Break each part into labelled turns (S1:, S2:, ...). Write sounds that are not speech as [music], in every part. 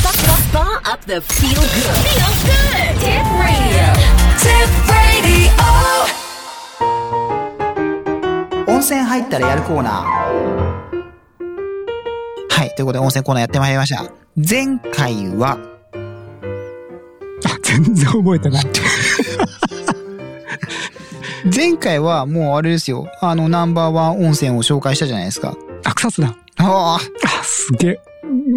S1: Spa up the feel good. Feel good. Tip radio.
S2: Tip Radio.
S3: 温泉入ったらやるコーナー。はい。ということで、温泉コーナーやってまいりました。前回は、
S4: あ [laughs] 全然覚えてない。
S3: 前回はもうあれですよ。あの、ナンバーワン温泉を紹介したじゃないですか。
S4: あ、草津だ。
S3: あ
S4: あ、すげえ。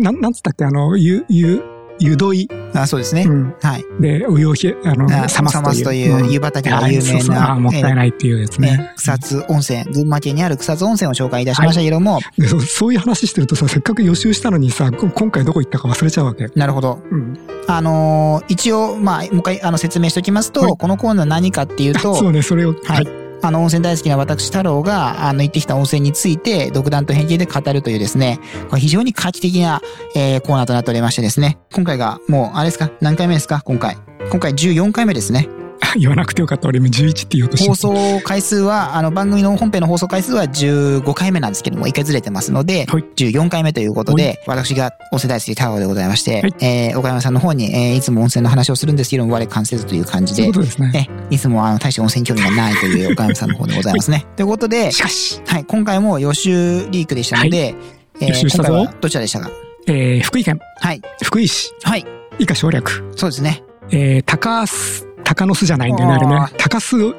S4: なん、なんつったっけあの、ゆ、ゆ、ゆどい。
S3: あ、そうですね。
S4: うん。
S3: はい。
S4: で、お湯をひ、あの、
S3: あ
S4: 冷ますという。
S3: 冷ますというん湯畑が有名な
S4: あそうそうあ、もったいないっていうやつ
S3: ね
S4: ね、。
S3: 草津温泉、群馬県にある草津温泉を紹介いたしましたけども、
S4: でそうそういう話してるとさ、せっかく予習したのにさ、こ今回どこ行ったか忘れちゃうわけ。
S3: なるほど。
S4: うん。
S3: あのー一応、まあ、もう一回、あの、説明しておきますと、
S4: はい
S3: このコーナー何かっていうと、
S4: そうね、それを。
S3: はい。。あの、温泉大好きな私太郎が、あの、行ってきた温泉について、独断と偏見で語るというですね、これ非常に画期的な、えーコーナーとなっておりましてですね、今回が、もう、あれですか何回目ですか今回。今回14回目ですね。
S4: [laughs] 言わなくてよかった。俺も11って言おうとして
S3: 放送回数は、あの、番組の本編の放送回数は15回目なんですけども、一回ずれてますので、
S4: はい
S3: 14回目ということで、私が温泉大好き太郎でございまして、
S4: はい
S3: えー岡山さんの方に、えーいつも温泉の話をするんですけども、我関せずという感じ
S4: そう
S3: で
S4: いうこ、とですね。
S3: えいつもあの大して温泉興味がないという岡山さんの方でございます
S4: [laughs]
S3: ね。ということで、
S4: しかし、
S3: はい、今回も予習リークでしたので、え
S4: 予習したぞ
S3: 今回はどちらでしたか
S4: えー、福井県、
S3: はい、
S4: 福井市、
S3: はい、
S4: 以下省略。
S3: そうですね。
S4: えー、高須、高須じゃないんだよね、あれ
S3: あ
S4: ね
S3: ー。
S4: 高須、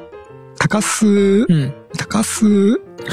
S4: 高須
S3: う、ん。
S4: 高須、 [laughs]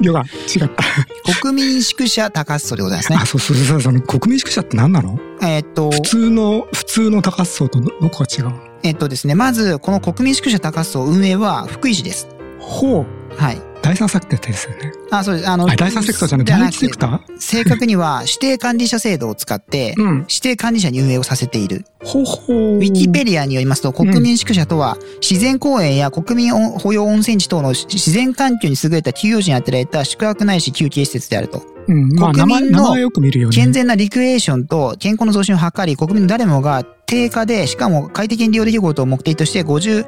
S4: ヨガ、違った。
S3: 国民宿舎高須でございますね
S4: あ、。そうそうそうそう、国民宿舎って何なの
S3: えーっと、
S4: 普通の、普通の高須層とどどこが違うの
S3: えーっとですね、まず、この国民宿舎高須を運営は福井市です。
S4: ほう、
S3: はい。
S4: 第三セクターですよね。
S3: あ、そうです。あの、
S4: あ、第三セクターじゃない、第一セクター
S3: ー正確には指定管理者制度を使って、
S4: うん。
S3: 指定管理者に運営をさせている。
S4: ほうほう。
S3: ウィキペディアによりますと、国民宿舎とは、自然公園や国民保養温泉地等の自然環境に優れた休養時に与えられた宿泊ないし休憩施設であると。
S4: うん、まあ名
S3: 国
S4: 前、
S3: 民
S4: 名
S3: の
S4: 前よく見るよね。
S3: 健全なリクリエーションと健康の増進を図り、国民の誰もが低価で、しかも快適に利用できることを目的として、50、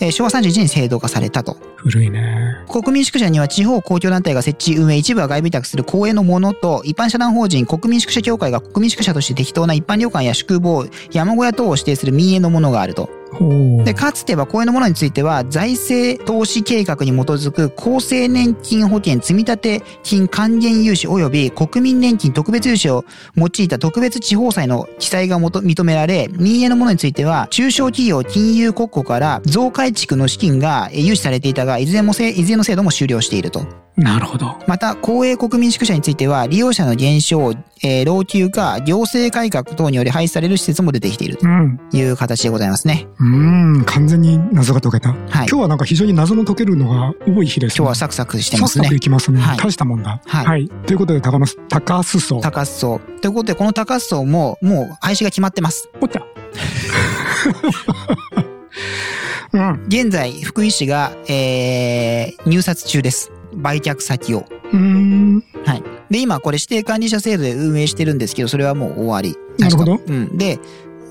S3: えー昭和31年に制度化されたと。
S4: 古いね。
S3: 国民宿舎には地方公共団体が設置運営一部は外部委託する公営のものと一般社団法人国民宿舎協会が国民宿舎として適当な一般旅館や宿坊山小屋等を指定する民営のものがあると
S4: ほう。
S3: でかつては公営のものについては財政投資計画に基づく厚生年金保険積立金還元融資及び国民年金特別融資を用いた特別地方債の記載がもと認められ民営のものについては中小企業金融国庫から増改築の資金がえ融資されていたがいずれもせいずれの制度も終了していると
S4: なるほど。
S3: また公営国民宿舎については利用者の減少、えー老朽化行政改革等により廃止される施設も出てきている
S4: うん。
S3: という形でございますね
S4: うん、完全に謎が解けた。
S3: はい
S4: 今日はなんか非常に謎の解けるのが多い日です、ね。
S3: 今日はサクサクしてます
S4: サク
S3: ね
S4: サクいきますね。
S3: はい
S4: 大したもんだ。
S3: はい
S4: ということで、高松、高須層。
S3: 高須層。ということで、この高須層も、もう廃止が決まってます。
S4: おった。うん。
S3: 現在、福井市が、えー、入札中です。売却先を。
S4: うーん。
S3: で、今、これ指定管理者制度で運営してるんですけど、それはもう終わり。
S4: なるほど
S3: 確かうん。で、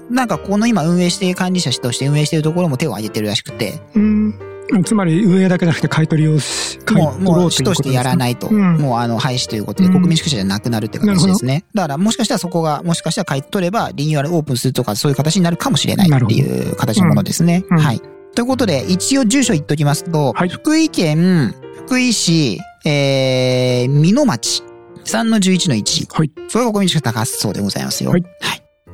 S3: なんか、この今、運営指定管理者として運営してるところも手を挙げてるらしくて、
S4: うん。つまり、運営だけじゃなくて買い取りをし、買い
S3: もう、
S4: 取ろ
S3: も
S4: う
S3: う、市としてやら
S4: い
S3: ないと、
S4: うん
S3: もう、あの、廃止ということで、
S4: うん
S3: 国民宿舎じゃなくなるって形ですね。だから、もしかしたらそこが、もしかしたら買い取れば、リニューアルオープンするとか、そういう形になるかもしれない
S4: なる
S3: っ
S4: ほ
S3: て
S4: ど
S3: いう形のものですね。
S4: うんうん
S3: はい。ということで、一応住所言っときますと、
S4: はい
S3: 福井県、福井市、えー、美濃町、3の11の1。
S4: はい。
S3: それが国民宿舎高そうでございますよ。は
S4: はいい。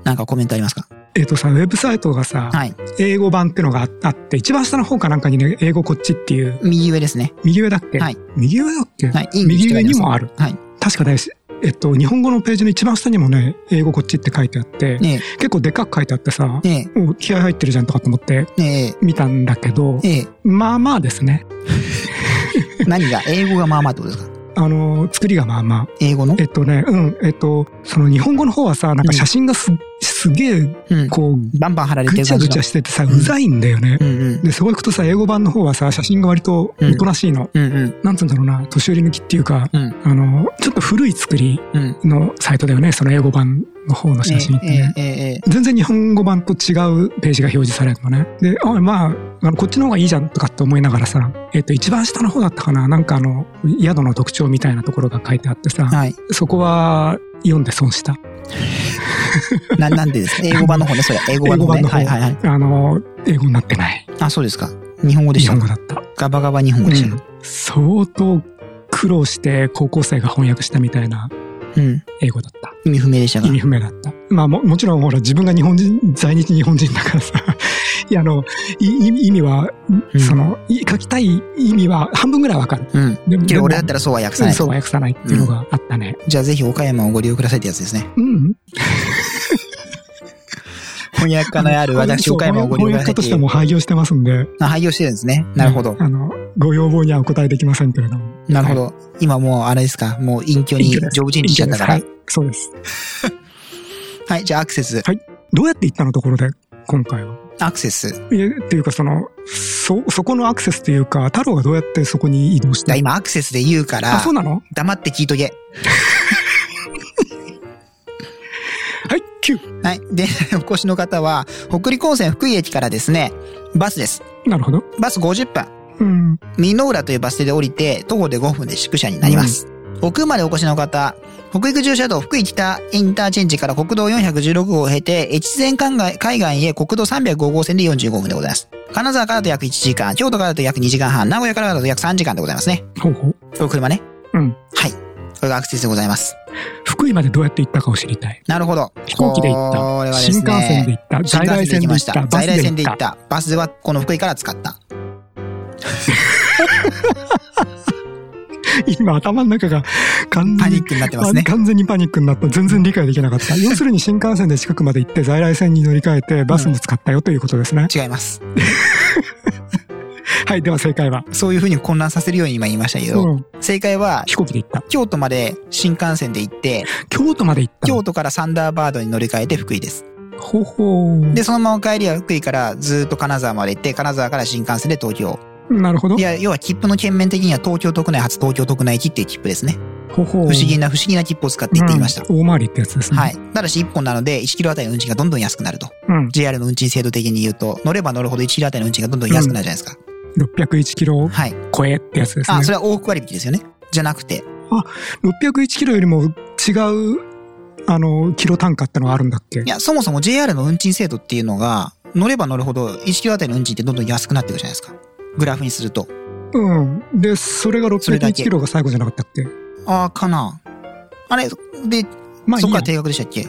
S3: なんかコメントありますか
S4: えっ、とさ、ウェブサイトがさ、
S3: はい。
S4: 英語版ってのがああって、一番下の方かなんかにね、英語こっちっていう、
S3: 右上ですね。
S4: 右上だっけ、
S3: はい
S4: 右上だっけ、
S3: はい。
S4: 右上にもある。
S3: はい。
S4: 確かだよし。えっと、日本語のページの一番下にもね、英語こっちって書いてあって、
S3: ね
S4: 結構でかく書いてあってさ、
S3: え、ね
S4: もう気合入ってるじゃんとかと思って
S3: え、ね
S4: 見たんだけど
S3: え、、え
S4: まあまあですね。
S3: え、何が、英語がまあまあってことですか
S4: あの、作りがまあまあ。
S3: 英語の
S4: えっとね、うん、えっと、その日本語の方はさ、なんか写真がす,、すげえ、
S3: うん。
S4: こう、
S3: バンバン貼られて
S4: ぐ
S3: る
S4: ちゃ
S3: 感
S4: ぐ
S3: じ
S4: ち
S3: の
S4: ゃ。しててさ、
S3: ん
S4: うざいんだよね。
S3: うんうん。
S4: で、そこ行くとさ、英語版の方はさ、写真が割とおとなしいの。
S3: うんうん
S4: なんつうんだろうな、年寄り向きっていうか、
S3: うん
S4: あの、ちょっと古い作り
S3: うん。
S4: のサイトだよね、その英語版の方の写真ってね。
S3: えええええ
S4: 全然日本語版と違うページが表示されるのね。で、あ、まあ、あのこっちの方がいいじゃんとかって思いながらさ、えっと、一番下の方だったかな、なんかあの、宿の特徴みたいなところが書いてあってさ、
S3: えはい。
S4: そこは読んで損した。
S3: な、 [laughs] なんでですか英語版の方ね、それ。英語版
S4: 英
S3: の
S4: 語
S3: 方
S4: 版
S3: ね。
S4: の方、
S3: はいはいはい。
S4: あの、英語になってない。
S3: あ、そうですか。日本語でし
S4: 日
S3: た
S4: 本。語だった。
S3: ガバガバ日本語でした。
S4: 相当苦労して高校生が翻訳したみたいな
S3: うん。
S4: 英語だった。
S3: 意味不明でしたが
S4: 意。味不明だった。まあも、もちろんほら自分が日本人、在日日本人だからさ、 [laughs] いやあの、いい意味は、
S3: ん
S4: その、い書きたい意味は半分ぐらいわかる。
S3: うん。
S4: でも
S3: けど俺だっ
S4: でも
S3: たらそうは訳さない。
S4: そうは訳さないっていうのがあったね。
S3: じゃあぜひ岡山をご利用くださいってやつです
S4: [laughs]
S3: ね。
S4: うん。
S3: 翻訳家のある私、
S4: そう
S3: 岡山をご利用くだ
S4: 翻
S3: さい
S4: 訳家
S3: って
S4: と
S3: い
S4: し
S3: う
S4: ても廃業してますんで。
S3: あ、廃業してるんですね。なるほど。
S4: あの、ご要望にはお答えできませんけれども。
S3: なるほど。今もう、あれですか、もう隠居に
S4: 隠居です
S3: ジョブチェンジしちゃったから。は
S4: は
S3: い
S4: い、そうです。
S3: はい、じゃあアクセス。
S4: どうやって行ったのところで、今回は。
S3: アクセス。
S4: いやっていうか、その、そ、そこのアクセスというか、太郎がどうやってそこに移動し
S3: だ
S4: た
S3: 今アクセスで言うか
S4: あ、
S3: ら
S4: そ、うなの
S3: 黙って聞いとけ。
S4: はい、9。
S3: はい。で、 [laughs] お越しの方は、北陸本線福井駅からですね、バスです。
S4: なるほど。
S3: バス50分。
S4: うん。
S3: 美濃浦というバス停で降りて、徒歩で5分で宿舎になります。奥までお越しの方、北陸駐車道福井北インターチェンジから国道416号を経て、越前海岸海岸へ国道305号線で45分でございます。金沢からだと約1時間、京都からだと約2時間半、名古屋からだと約3時間でございますね。
S4: ほうほう。
S3: これ車ね。
S4: うん。
S3: はい。これがアクセスでございます。
S4: 福井までどうやって行ったかを知りたい。
S3: なるほど。
S4: 飛行機で行った
S3: これはです
S4: 新
S3: ね
S4: 幹線で行った
S3: 新幹線で行きました。在
S4: 在
S3: 来
S4: 来
S3: 線
S4: 線
S3: で行
S4: で行
S3: っ。
S4: った
S3: バスはこの福井から使った。
S4: 今頭の中が完
S3: パ
S4: 全
S3: ニッ
S4: に、
S3: クになってますね。
S4: 完全にパニックになった。全然理解できな
S3: [laughs]
S4: かった。要するに新幹線で近くまで行って、在来線に乗り換えて、バスも使ったよということですね。
S3: 違います。
S4: はい、では正解は。
S3: そういうふうに混乱させるように今言いましたけど、
S4: うん
S3: 正解は、
S4: 飛行機で行った。
S3: 京都まで新幹線で行って、
S4: 京都まで行った。
S3: 京都からサンダーバードに乗り換えて福井です。
S4: 都。ほうほう。
S3: で、そのまま帰りは福井からずーっと金沢まで行って、金沢から新幹線で東京。
S4: なるほど
S3: い。や、要は切符の券面的には東京都区内初東京都区内駅っていう切符ですね。
S4: ほうほう。
S3: 不思議な不思議な切符を使って行っていました。
S4: うん大回りってやつですね。
S3: はい。ただし1本なので1キロあたりの運賃がどんどん安くなると。
S4: うん。
S3: JR の運賃制度的に言うと、乗れば乗るほど1キロあたりの運賃がどんどん安くなるじゃないですか。
S4: 601キロ
S3: はい。
S4: 超えってやつですね
S3: あ、。それは往復割引ですよね。じゃなくて、
S4: 601キロよりも違う、あの、キロ単価ってのがあるんだっけ
S3: いや、そもそも JR の運賃制度っていうのが、乗れば乗るほど1キロあたりの運賃ってどんどん安くなっていくじゃないですか。グラフにすると。
S4: うん。で、それが
S3: それだ
S4: 601
S3: け
S4: キロが最後じゃなかったっけ
S3: ああ、かな。あれ、で、
S4: まあい
S3: そ
S4: い
S3: っか
S4: や
S3: ら。定額でしたっけ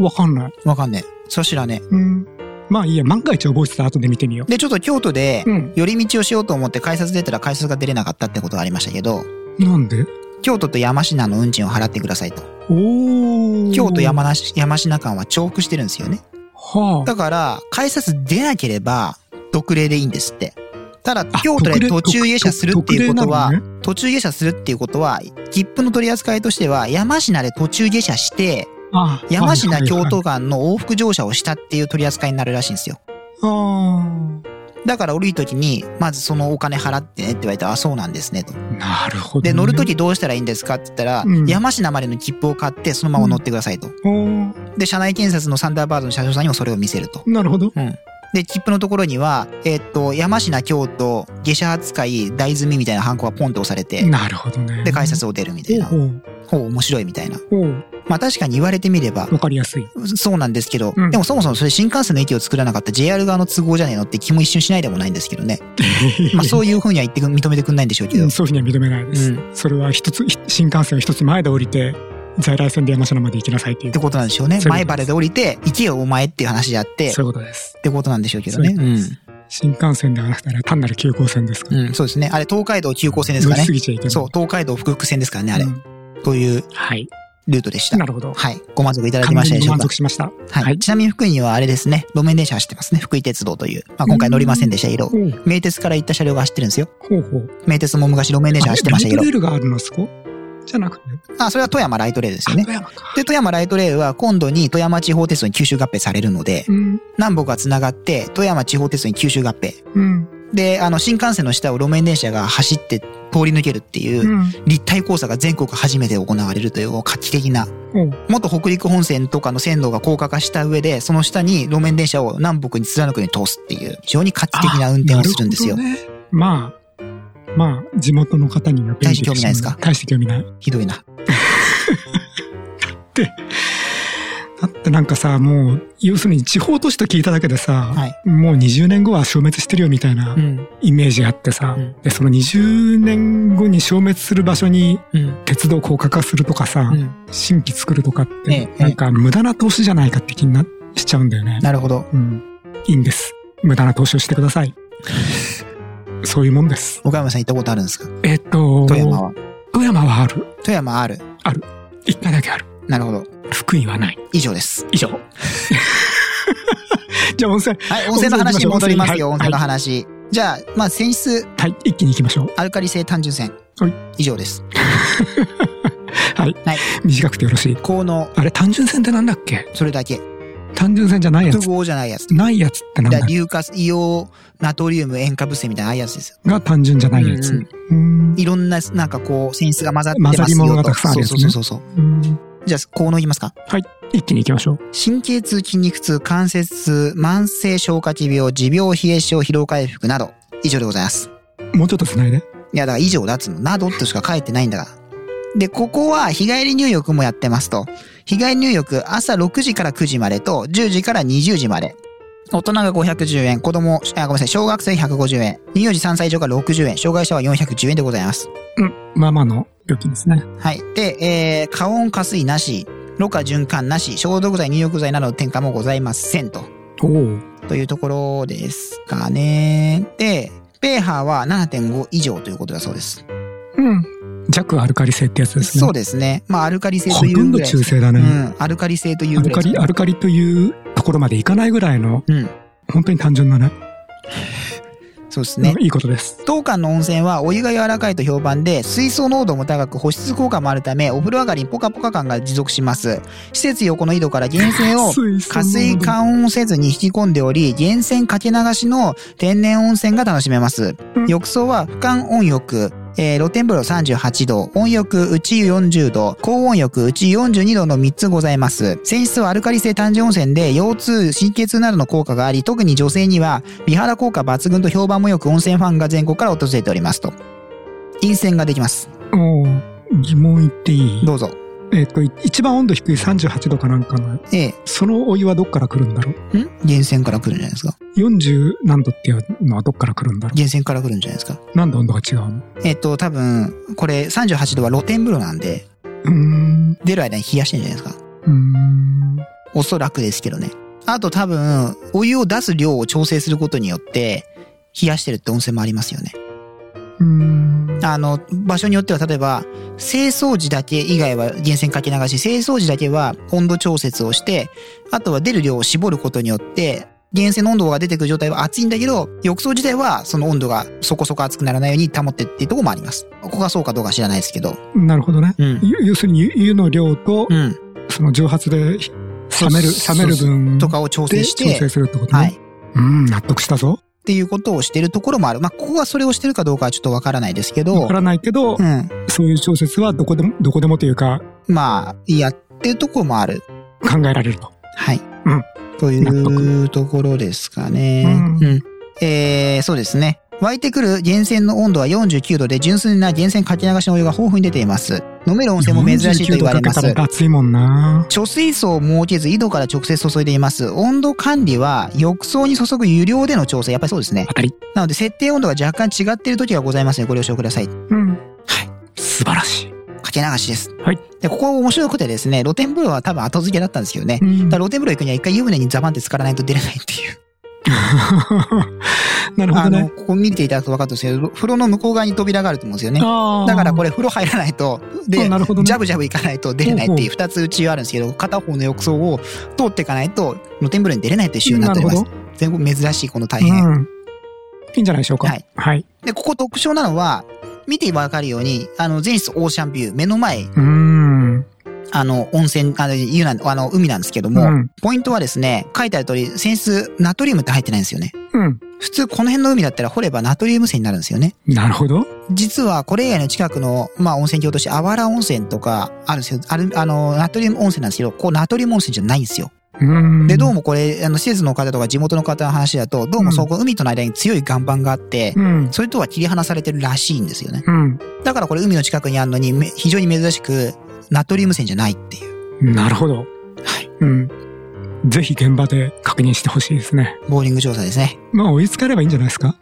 S4: わかんない。
S3: わかんねえ。そしらね。
S4: うん。まあいいや。万が一覚えてたら後で見てみよ
S3: で、ちょっと京都で
S4: う。う、ん。
S3: 寄り道をしようと思って改札出たら改札が出れなかったってことがありましたけど、
S4: なんで
S3: 京都と山科の運賃を払ってくださいと。
S4: おお。
S3: 京都山梨山科間は重複してるんですよね。
S4: はあ。
S3: だから、改札出なければ、特例でいいんですって。ただ、
S4: あ
S3: 京都で途
S4: 特例
S3: 中下車するっていうことは
S4: 特例な、
S3: 途中下車するっていうことは、切符の取り扱いとしては、山科で途中下車して、
S4: ああ
S3: 山科京。
S4: はいはいはい
S3: 都間の往復乗車をしたっていう取り扱いになるらしいんですよ。
S4: あ
S3: だから降りるときに、まずそのお金払ってねって言われたら、あ、そうなんですねと。
S4: あ。なるほどね。
S3: で、乗るときどうしたらいいんですかって言ったら、
S4: うん
S3: 山科までの切符を買って、そのまま乗ってくださいと。
S4: おー
S3: で、車内検察のサンダーバードの車掌さんにもそれを見せると。
S4: なるほど。
S3: うん。で、切符のところには、えーっと、山科京都、下車扱い、大済みみたいなハンコがポンと押されて、
S4: なるほどね。
S3: で、改札を出るみたいな
S4: ほ。う
S3: ほう、面白いみたいな。
S4: ほう。ほ
S3: まあ確かに言われてみれば
S4: う。、わかりやすい。
S3: そうなんですけど、
S4: うん
S3: でもそもそもそれ新幹線の駅を作らなかった JR 側の都合じゃねえのって気も一瞬しないでもないんですけど
S4: [laughs]
S3: ね。まあそういうふうには言ってく認めてくんないんでしょうけ
S4: う
S3: ど
S4: ん。そういうふうには認めないです。それは一つ、ひ新幹線を一つ前で降りて、在来線で山科まで行きなさいっていう
S3: って。ことなんでしょうね。
S4: そうい
S3: 前
S4: うこと
S3: 原で降りて、行けよお前っていう話であって、っ
S4: そういうことです。
S3: てことなんでしょうけどね。
S4: そううです新幹線ではなくて、あれは単なる急行線ですから。
S3: ん。うん、そうですね。あれ東海道急行線です
S4: 乗
S3: か
S4: り
S3: ね
S4: 過。ぎちゃいけない。
S3: そう、東海道福福線ですからね、あれ
S4: う。ん
S3: という
S4: はい。
S3: ルートでした。
S4: なるほど。
S3: はい。ご満足いただきましたでしょうか。
S4: 完全に満足しました。
S3: はい、
S4: はい
S3: ちなみに福井にはあれですね、路面電車走ってますね。福井鉄道という。まあ、今回乗りませんでしたけど、
S4: ほう
S3: 名鉄から行った車両が走ってるんですよ。
S4: ほうほう。
S3: 名鉄も昔路面電車走ってましたけ
S4: あ
S3: ど
S4: れライ。トレールがあるの、そこじゃなくて。
S3: あ、それは富山ライトレールですよね。
S4: あ山か。
S3: で、富山ライトレールは今度に富山地方鉄道に九州合併されるので、
S4: うん。
S3: 南北が繋がって富山地方鉄道に九州合併。
S4: うん。
S3: で、あの、新幹線の下を路面電車が走って通り抜けるって
S4: う
S3: いう、
S4: ん。
S3: 立体交差が全国初めて行われるという画期的な
S4: ほう
S3: 元北陸本線とかの線路が高架化した上で、その下に路面電車を南北に貫くように通すっていう、非常に画期的な運転をするんですよ。
S4: あなるほどねまあ、まあ、地元の方には便利
S3: 大して興味ないですか
S4: 大して興味ない。
S3: ひどいな。
S4: だってってなんかさ、もう、要するに地方都市と聞いただけで
S3: は
S4: さ、もう20年後は消滅してるよみたいな
S3: うん。
S4: イメージあってさ、
S3: うん
S4: で、その20年後に消滅する場所に
S3: うん。
S4: 鉄道高架化するとかさ、
S3: うん。
S4: 新規作るとかっ
S3: え
S4: て、
S3: え
S4: なんか無駄な投資じゃないかって気になしちゃうんだよね。
S3: なるほど。
S4: うん。いいんです。無駄な投資をしてくだ
S3: [laughs]
S4: さい。そういうもんです。
S3: 岡山さん行ったことあるんですか
S4: えっと、
S3: 富山は。
S4: 富山はある。
S3: 富山ある。
S4: 一回だけある。
S3: なるほど。
S4: 福井はない。
S3: 以上です。
S4: 以上。じゃあ温泉。
S3: はい、温泉の話に戻りますよ、温
S4: 温
S3: 泉の
S4: 泉の
S3: 話。じゃあ、まあ、泉質、
S4: はい、一気に行きましょう。
S3: アルカリ性単純泉。
S4: はい
S3: 以上です。
S4: はい。
S3: はい
S4: 短くてよろしい。
S3: 効能、
S4: あれ、単純線ってなんだっけ
S3: それだけ。
S4: 単純線じゃないや
S3: 複
S4: つ。
S3: 合じゃないやつ。
S4: ないやつってなんだ
S3: だ
S4: っけ
S3: 硫化、硫黄、ナトリウム、塩化物性みたいなああいうやつですよ。
S4: が単純じゃないやつ。
S3: う
S4: うんーん。
S3: いろんな、なんかこう、泉質が混ざってますよと。
S4: 混ざり物がたくさんあるやつ
S3: そ
S4: ね
S3: うそうそうそう。
S4: うーん
S3: じゃあ、効能言いますか
S4: はい。一気に行きましょう。
S3: 神経痛、筋肉痛、関節痛、慢性消化器病、持病、冷え症、疲労回復など、以上でございます。
S4: もうちょっと繋いで。
S3: いや、だから以上だっつうの。などとしか書いてないんだから。で、ここは日帰り入浴もやってますと。日帰り入浴、朝6時から9時までと、10時から20時まで。大人が510円、子供、あ、ごめんなさい、小学生150円、乳幼児3歳以上が60円、障害者は410円でございます。
S4: うん。まあまあの料金ですね。
S3: はい。で、えー、過温加水なし、ろ過循環なし、消毒剤、入浴剤などの添加もございませんと。
S4: おお。
S3: というところですかね。で、ペーハーは7.5以上ということだそうです。
S4: うん。弱アルカリ性ってやつですね。
S3: そうですね。まあ、アルカリ性と
S4: ほ
S3: い
S4: と
S3: うんぐ
S4: ど
S3: らい。
S4: 中性だね。
S3: うん、アルカリ性という
S4: ア
S3: ぐ
S4: ル
S3: ら
S4: カ
S3: い。
S4: リ、アルカリというところまでいかないぐらいの、
S3: うん、
S4: 本当に単純なね、
S3: そうですね。
S4: いいことです。
S3: 当館の温泉はお湯が柔らかいと評判で、水素濃度も高く保湿効果もあるため、お風呂上がりにポカポカ感が持続します。施設横の井戸から源泉を
S4: 水素
S3: 加水加温をせずに引き込んでおり、源泉かけ流しの天然温泉が楽しめます
S4: うん。
S3: 浴槽は俯瞰温浴、えー露天風呂38度、温浴内湯40度、高温浴内湯42度の3つございます。泉質はアルカリ性単純温泉で、腰痛、神経痛などの効果があり、特に女性には美肌効果抜群と評判も良く温泉ファンが全国から訪れておりますと。陰線ができます。
S4: おー疑問言っていい
S3: どうぞ。
S4: えっ、と、い一番温度低い38度かなんかの、
S3: ええ
S4: そのお湯はどっから来るんだろう
S3: ー、ん源泉から来るんじゃないですか
S4: ?40 何度っていうのはどっから来るんだろ
S3: 源泉から来るんじゃないですか
S4: うなんで温度が違うの
S3: えっと、多分、これ38度は露天風呂なんで、
S4: うーん、
S3: 出る間に冷やしてんじゃないですか。
S4: うーん、
S3: おそらくですけどね。あと多分、お湯を出す量を調整することによって、冷やしてるって温泉もありますよね。
S4: うーん。
S3: あの、場所によっては例えば、清掃時だけ以外は源泉かけ流し、清掃時だけは温度調節をして、あとは出る量を絞ることによって、源泉の温度が出てくる状態は熱いんだけど、浴槽自体はその温度がそこそこ熱くならないように保ってっていうところもあります。ここがそうかどうか知らないですけど。
S4: なるほどね。
S3: うん。
S4: ゆ要するに湯湯の量と、
S3: うん。
S4: その蒸発で冷める、
S3: そう
S4: 冷める分
S3: とかを調整
S4: で
S3: し
S4: 調整
S3: て、
S4: するってことね。
S3: はい。っ
S4: うん、納得したぞ。
S3: ていうことをしてるところもある。まあ、ここがそれをしてるかどうかはちょっとわからないですけ
S4: わ
S3: ど
S4: か、らないけど、
S3: うん。
S4: そういう調節はどこでも、どこでもというか、
S3: まあ、やってるところもある。
S4: 考えられると。
S3: はい。
S4: うん
S3: と
S4: 納
S3: いうところですかね。
S4: うん
S3: うん。えー、そうですね。湧いてくる源泉の温度は49度で純粋な源泉かけ流しのお湯が豊富に出ています。飲める温泉も珍しいと言われま
S4: 49度かけ
S3: す
S4: た。ら熱いもんな。
S3: 貯水槽を設けず井戸から直接注いでいます。温度管理は浴槽に注ぐ湯量での調整。やっぱりそうですね。
S4: 当たり。
S3: なので設定温度が若干違っている時がございますのでご了承ください。
S4: うん。はい。素晴らしい。
S3: かけ流しです。
S4: はい。
S3: で、ここ面白くてですね、露天風呂は多分後付けだったんですけどね。
S4: うん
S3: だから露天風呂行くには一回湯船にザバンって浸からないと出れないっていう。
S4: なるほ
S3: あ
S4: ど
S3: の、
S4: ね。
S3: ここ見ていただくと分かるんですけど、風呂の向こう側に扉があると思うんですよね。
S4: あ
S3: だからこれ
S4: れ、
S3: 風呂入らないと、で、
S4: あなるほどね
S3: ジャブジャブ行かないと出れないっていう二つうちはあるんですけど、片方の浴槽を通っていかないと露天風呂に出れないという仕様になっております
S4: な。
S3: 全国珍しいこの大
S4: う
S3: 変。
S4: ん。いいんじゃないでしょうか。
S3: はい。で、ここ特徴なのは、見て分かるように、あの、全室オーシャンビュー、目の前、
S4: うーん。
S3: あの、温泉、あの、湯なん、あの、海なんですけども、
S4: うん
S3: ポイントはですね、書いてある通り、泉質、ナトリウムって入ってないんですよね。
S4: うん。
S3: 普通、この辺の海だったら掘ればナトリウム泉になるんですよね。
S4: なるほど。
S3: 実は、これ以外の近くの、まあ、温泉郷として、あわら温泉とか、あるんですよ。ある、あの、ナトリウム温泉なんですけど、こう、ナトリウム温泉じゃないんですよ。
S4: うーん。
S3: で、どうもこれ、あの、施設の方とか地元の方の話だと、どうもそこ、海との間に強い岩盤があって、
S4: うん。
S3: それとは切り離されてるらしいんですよね。
S4: うん。
S3: だからこれ海の近くにあるのに、め非常に珍しく、ナトリウム泉じゃないっていう。
S4: なるほど。はい。うん。ぜひ現場で確認してほしいですね。
S3: ボーリング調査ですね。
S4: まあ追いつかればいいんじゃないですか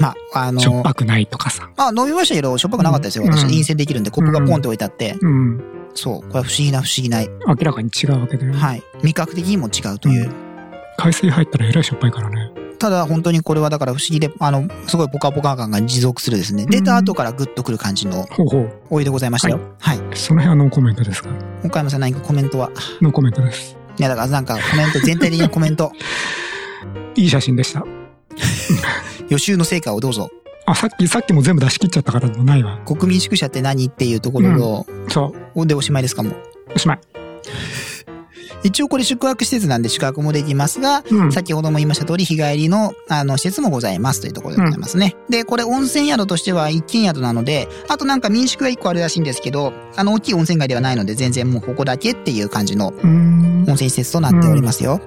S3: まあ、あの
S4: し、ょっぱくないとかさ。
S3: まあ飲みましたけど、しょっぱくなかったですよ。
S4: うん
S3: 私、陰性できるんで、コップがポンって置いてあって、
S4: うん。
S3: そう、これは不思議な不思議ない。
S4: 明らかに違うわけで、
S3: はい。味覚的にも違うという。
S4: 海水入ったらえらいしょっぱいからね。
S3: ただ、本当にこれはだから不思議で、あの、すごいポカポカ感が持続するですね。出た後からグッとくる感じの
S4: ほうほう。
S3: お湯でございましたよ。はい。
S4: その辺はノーコメントですか
S3: 岡山さん何かコメントは。
S4: ノーコメントです。
S3: いや、だからなんかコメント、全体的なコメン
S4: [laughs]
S3: ト、
S4: いい写真でした。
S3: 予習の成果をどうぞ。
S4: あ、さっき、さっきも全部出し切っちゃったからもうないわ。
S3: 国民宿舎って何っていうところを、
S4: そう。
S3: でおしまいですかもう。
S4: おしまい。
S3: 一応これ宿泊施設なんで宿泊もできますが、
S4: うん
S3: 先ほども言いました通り日帰りのあの施設もございますというところでございますね。で、これ温泉宿としては一軒宿なので、あとなんか民宿が一個あるらしいんですけど、あの大きい温泉街ではないので全然もうここだけっていう感じの
S4: うーん。
S3: 温泉施設となっておりますよ。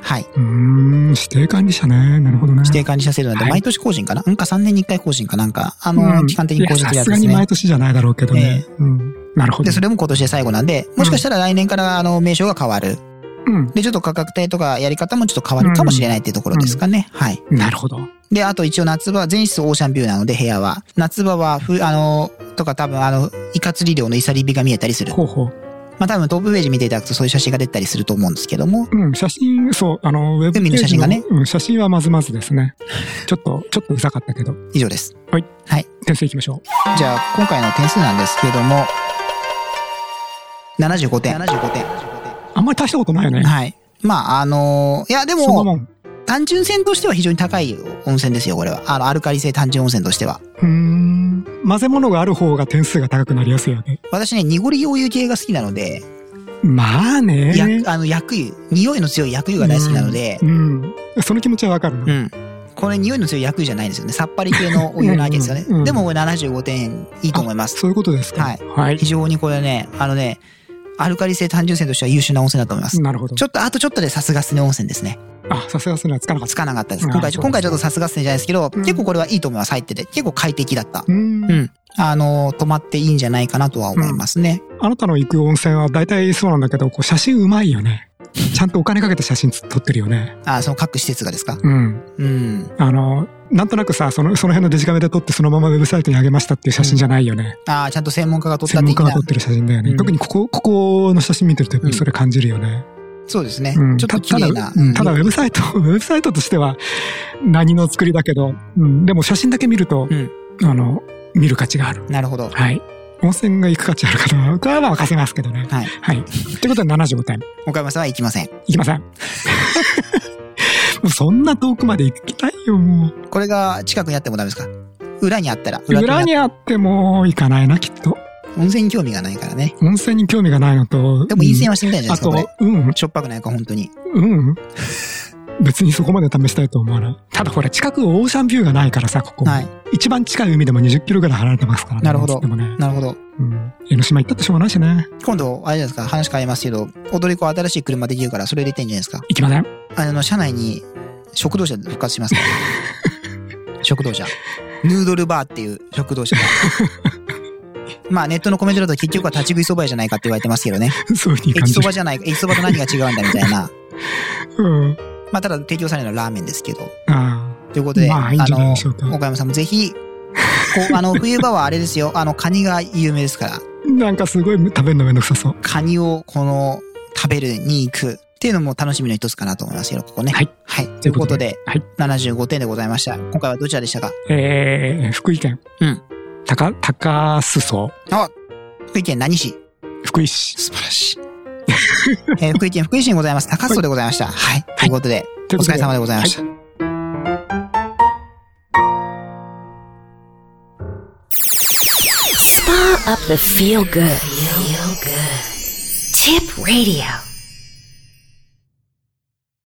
S3: はい。
S4: うーん、指定管理者ね。なるほどね。
S3: 指定管理者制度なんで、
S4: はい
S3: 毎年更新かな、うんか3年に1回更新かなんか、あの、
S4: うん
S3: 期間的に更新す
S4: い
S3: る
S4: や
S3: やつ
S4: さす
S3: で
S4: が
S3: す
S4: に毎
S3: ね。
S4: 年じゃないだろうけどね。うん。なるほど。
S3: で、それも今年で最後なんで、もしかしたら来年からあの名称が変わる。
S4: うん。
S3: で、ちょっと価格帯とかやり方もちょっと変わるかもしれないっていうところですかね。はい。
S4: なるほど。
S3: で、あと一応夏場は全室オーシャンビューなので部屋は。夏場は、ふ、あの、とか多分あの、イカ釣り漁のイサリビが見えたりする。
S4: ほうほう。
S3: まあ多分トップページ見ていただくとそういう写真が出たりすると思うんですけども。
S4: うん、写真、そう、あの、ウェブページ
S3: 海の写真がね
S4: うん、写真はまずまずで
S3: [laughs]
S4: すね。ちょっと、ちょっとうざかったけど。
S3: 以上です。
S4: はい。
S3: はい。
S4: 点数いきましょ
S3: じゃあ今回の点数なんですけども、75点。75点。
S4: う。あんまり大したことないよね。
S3: はい。まああのいやで
S4: そんなも
S3: も、
S4: ん。
S3: 単純線としては非常に高い温泉ですよ、これは。あの、アルカリ性単純温泉としては。
S4: うーん。混ぜ物がある方が点数が高くなりやすいよね。
S3: 私ね、濁りお湯系が好きなので、
S4: まあね。
S3: やあの、薬湯、匂いの強い薬湯が大好きなので、
S4: うん。その気持ちはわかるな。
S3: うん。これ匂いの強い薬じゃないんですよね。さっぱり系のお湯なわけですよね。
S4: うんうん
S3: でもこれ75点いいと思いま
S4: あ
S3: す。
S4: そういうことですか。
S3: はい
S4: はい
S3: 非。常にこれね、あのね、アルカリ性単純性としては優秀な温泉だと思います。
S4: なるほど
S3: ち。ょっと、あとちょっとでさすがスネ温泉ですね。
S4: あ、さすがそれはつかなかっ
S3: つ
S4: た。
S3: かなかったです。
S4: うん
S3: 今回、
S4: そうですね
S3: 今回ちょっとさすがスネじゃないですけど、
S4: うん
S3: 結構これはいいと思います。入ってて。結構快適だった
S4: う。ん
S3: う。ん。あの、泊まっていいんじゃないかなとは思いますね。
S4: あなたの行く温泉は大体そうなんだけど、こう写真うまいよね。ちゃんとお金かけて写真撮ってるよね。
S3: あ、その各施設がですか
S4: うん。
S3: うん。
S4: あの、なんとなくさ、その、その辺のデジカメで撮ってそのままウェブサイトに上げましたっていう写真じゃないよね。
S3: あ、ちゃんと専門家が撮った
S4: 専門
S3: 的
S4: 家が
S3: な
S4: 撮っ。てる写真だよね。
S3: うん
S4: 特にここ、ここの写真見てるとやっぱりそれ感じるよね。
S3: そうですね。
S4: うん
S3: ちょっと綺
S4: た
S3: 麗
S4: た
S3: な。
S4: だ、うんただ
S3: う
S4: ウ
S3: ん
S4: ェブサイト、ウェブサイトとしては何の作りだけど、うん、でも写真だけ見ると、
S3: うん
S4: あの、見る価値がある。
S3: なるほど。
S4: はい。温泉が行く価値あるかどうかは任せますけどね。
S3: はい。
S4: はい。ということで75点。
S3: 岡山さんは行きません。
S4: いき
S3: [laughs]
S4: ません。もうそんな遠くまで行きたいよ、もう。
S3: これが近くにあってもダメですか裏にあったら。
S4: 裏にあっても行かないな、きっと。
S3: 温泉に興味がないからね。
S4: 温泉に興味がないのと。
S3: でも陰性はしてみたいんじゃ
S4: あ
S3: ないですか、
S4: と
S3: これ。、
S4: うん、
S3: しょっぱくないか、本当に。
S4: うん。別にそこまで試したいと思わない。ただほら、近くオーシャンビューがないからさ、ここ。
S3: はい。
S4: 一番近い海でも20キロぐらい離れてますからね。
S3: なるほど
S4: でもね、
S3: なるほど。
S4: うん。江ノ島行ったってしょうがないしね。
S3: 今度、あれじゃないですか、話変えますけど、踊り子新しい車できるから、それ入れてんじゃないですか。
S4: 行きません。
S3: あの、車内に食堂車復活します
S4: [laughs]
S3: から。食堂車。ヌードルバーっていう食堂車が。まあ、ネットのコメントだと結局は立ち食いそば屋じゃないかって言われてますけどね。
S4: そういうふうに
S3: 駅
S4: 感じ
S3: そば
S4: る。
S3: じゃない、駅そばと何が違うんだみたいな。
S4: うん。
S3: まあ、ただ提供されるのはラーメンですけど。
S4: あ
S3: ということで、
S4: まあいいんじゃないでしょうか
S3: あの岡山さんもぜひ、こう、あの、冬場はあれですよ、あの、カニが有名ですから、
S4: あ。なんかすごい食べるのめんどくさそう。
S3: カニをこの、食べるに行くっていうのも楽しみの一つかなと思いますけど、ここね。
S4: はい。
S3: ということで、
S4: はい。
S3: 75点でございました。今回はどちらでしたか
S4: えー、福井県。
S3: うん。
S4: 高、高裾。
S3: あ福井県何市
S4: 福井市。
S3: 素晴らしい。えー福井県福井市にございます。高須でございました。はい。ということで、
S4: という
S3: お
S4: こと
S3: 疲れ様でございました。
S4: は
S2: Spa up the feel good. Feel good. Tip radio.